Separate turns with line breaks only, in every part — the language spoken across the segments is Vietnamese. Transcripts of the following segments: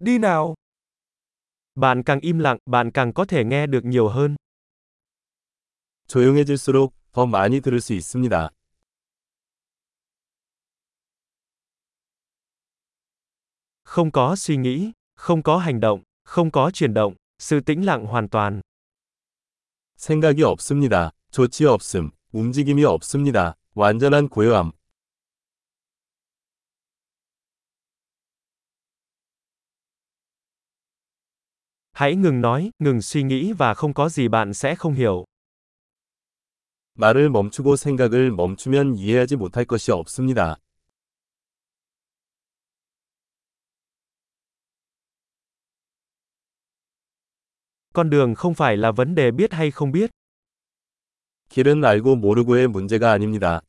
đi nào.
Bạn càng im lặng, bạn càng có thể nghe được nhiều hơn.
조용해질수록 더 많이 들을 수 있습니다.
Không có suy nghĩ, không có hành động, không có chuyển động, sự tĩnh lặng hoàn toàn.
생각이 없습니다. 조치 없음, 움직임이 없습니다. 완전한 고요함.
Hãy ngừng nói, ngừng suy nghĩ và không có gì bạn sẽ không hiểu.
말을 멈추고 생각을 멈추면 이해하지 못할 것이 없습니다.
Con đường không phải là vấn đề biết hay không biết.
길은 알고 모르고의 문제가 아닙니다.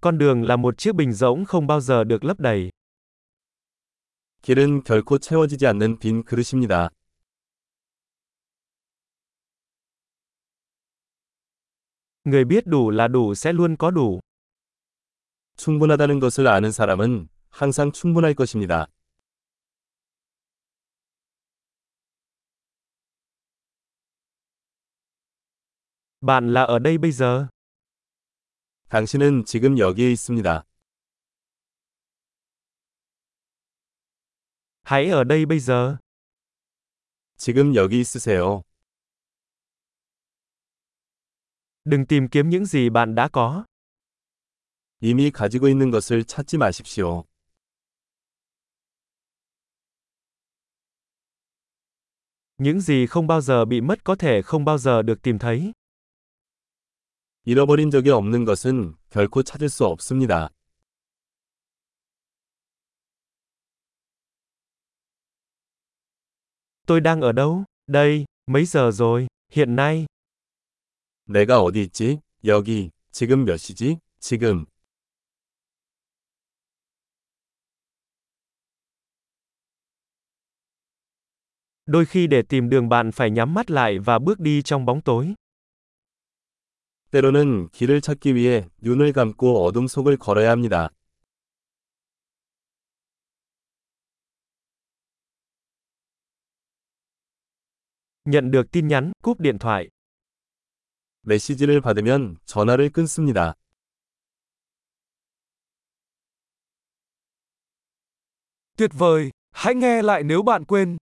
Con đường là một chiếc bình rỗng không bao giờ được lấp đầy.
길은 결코 채워지지 않는 빈 그릇입니다.
Người biết đủ là đủ sẽ luôn có đủ.
충분하다는 것을 아는 사람은 항상 충분할 것입니다.
Bạn là ở đây bây giờ.
당신은 지금 여기에 있습니다.
Hãy ở đây bây giờ.
지금 여기 있으세요.
Đừng tìm kiếm những gì bạn đã có.
이미 가지고 있는 것을 찾지 마십시오.
Những gì không bao giờ bị mất có thể không bao giờ được tìm thấy.
잃어버린 적이 없는 것은 결코 찾을 수 없습니다.
Tôi đang ở đâu? Đây, mấy giờ rồi? Hiện nay.
내가 어디 있지? 여기. 지금 몇 시지? 지금.
Đôi khi để tìm đường bạn phải nhắm mắt lại và bước đi trong bóng tối.
때로는 길을 찾기 위해 눈을 감고 어둠 속을 걸어야 합니다.
Nhận được tin nhắn, cúp điện thoại.
메시지를 받으면 전화를 끊습니다.
Tuyệt vời, hãy nghe lại nếu bạn quên.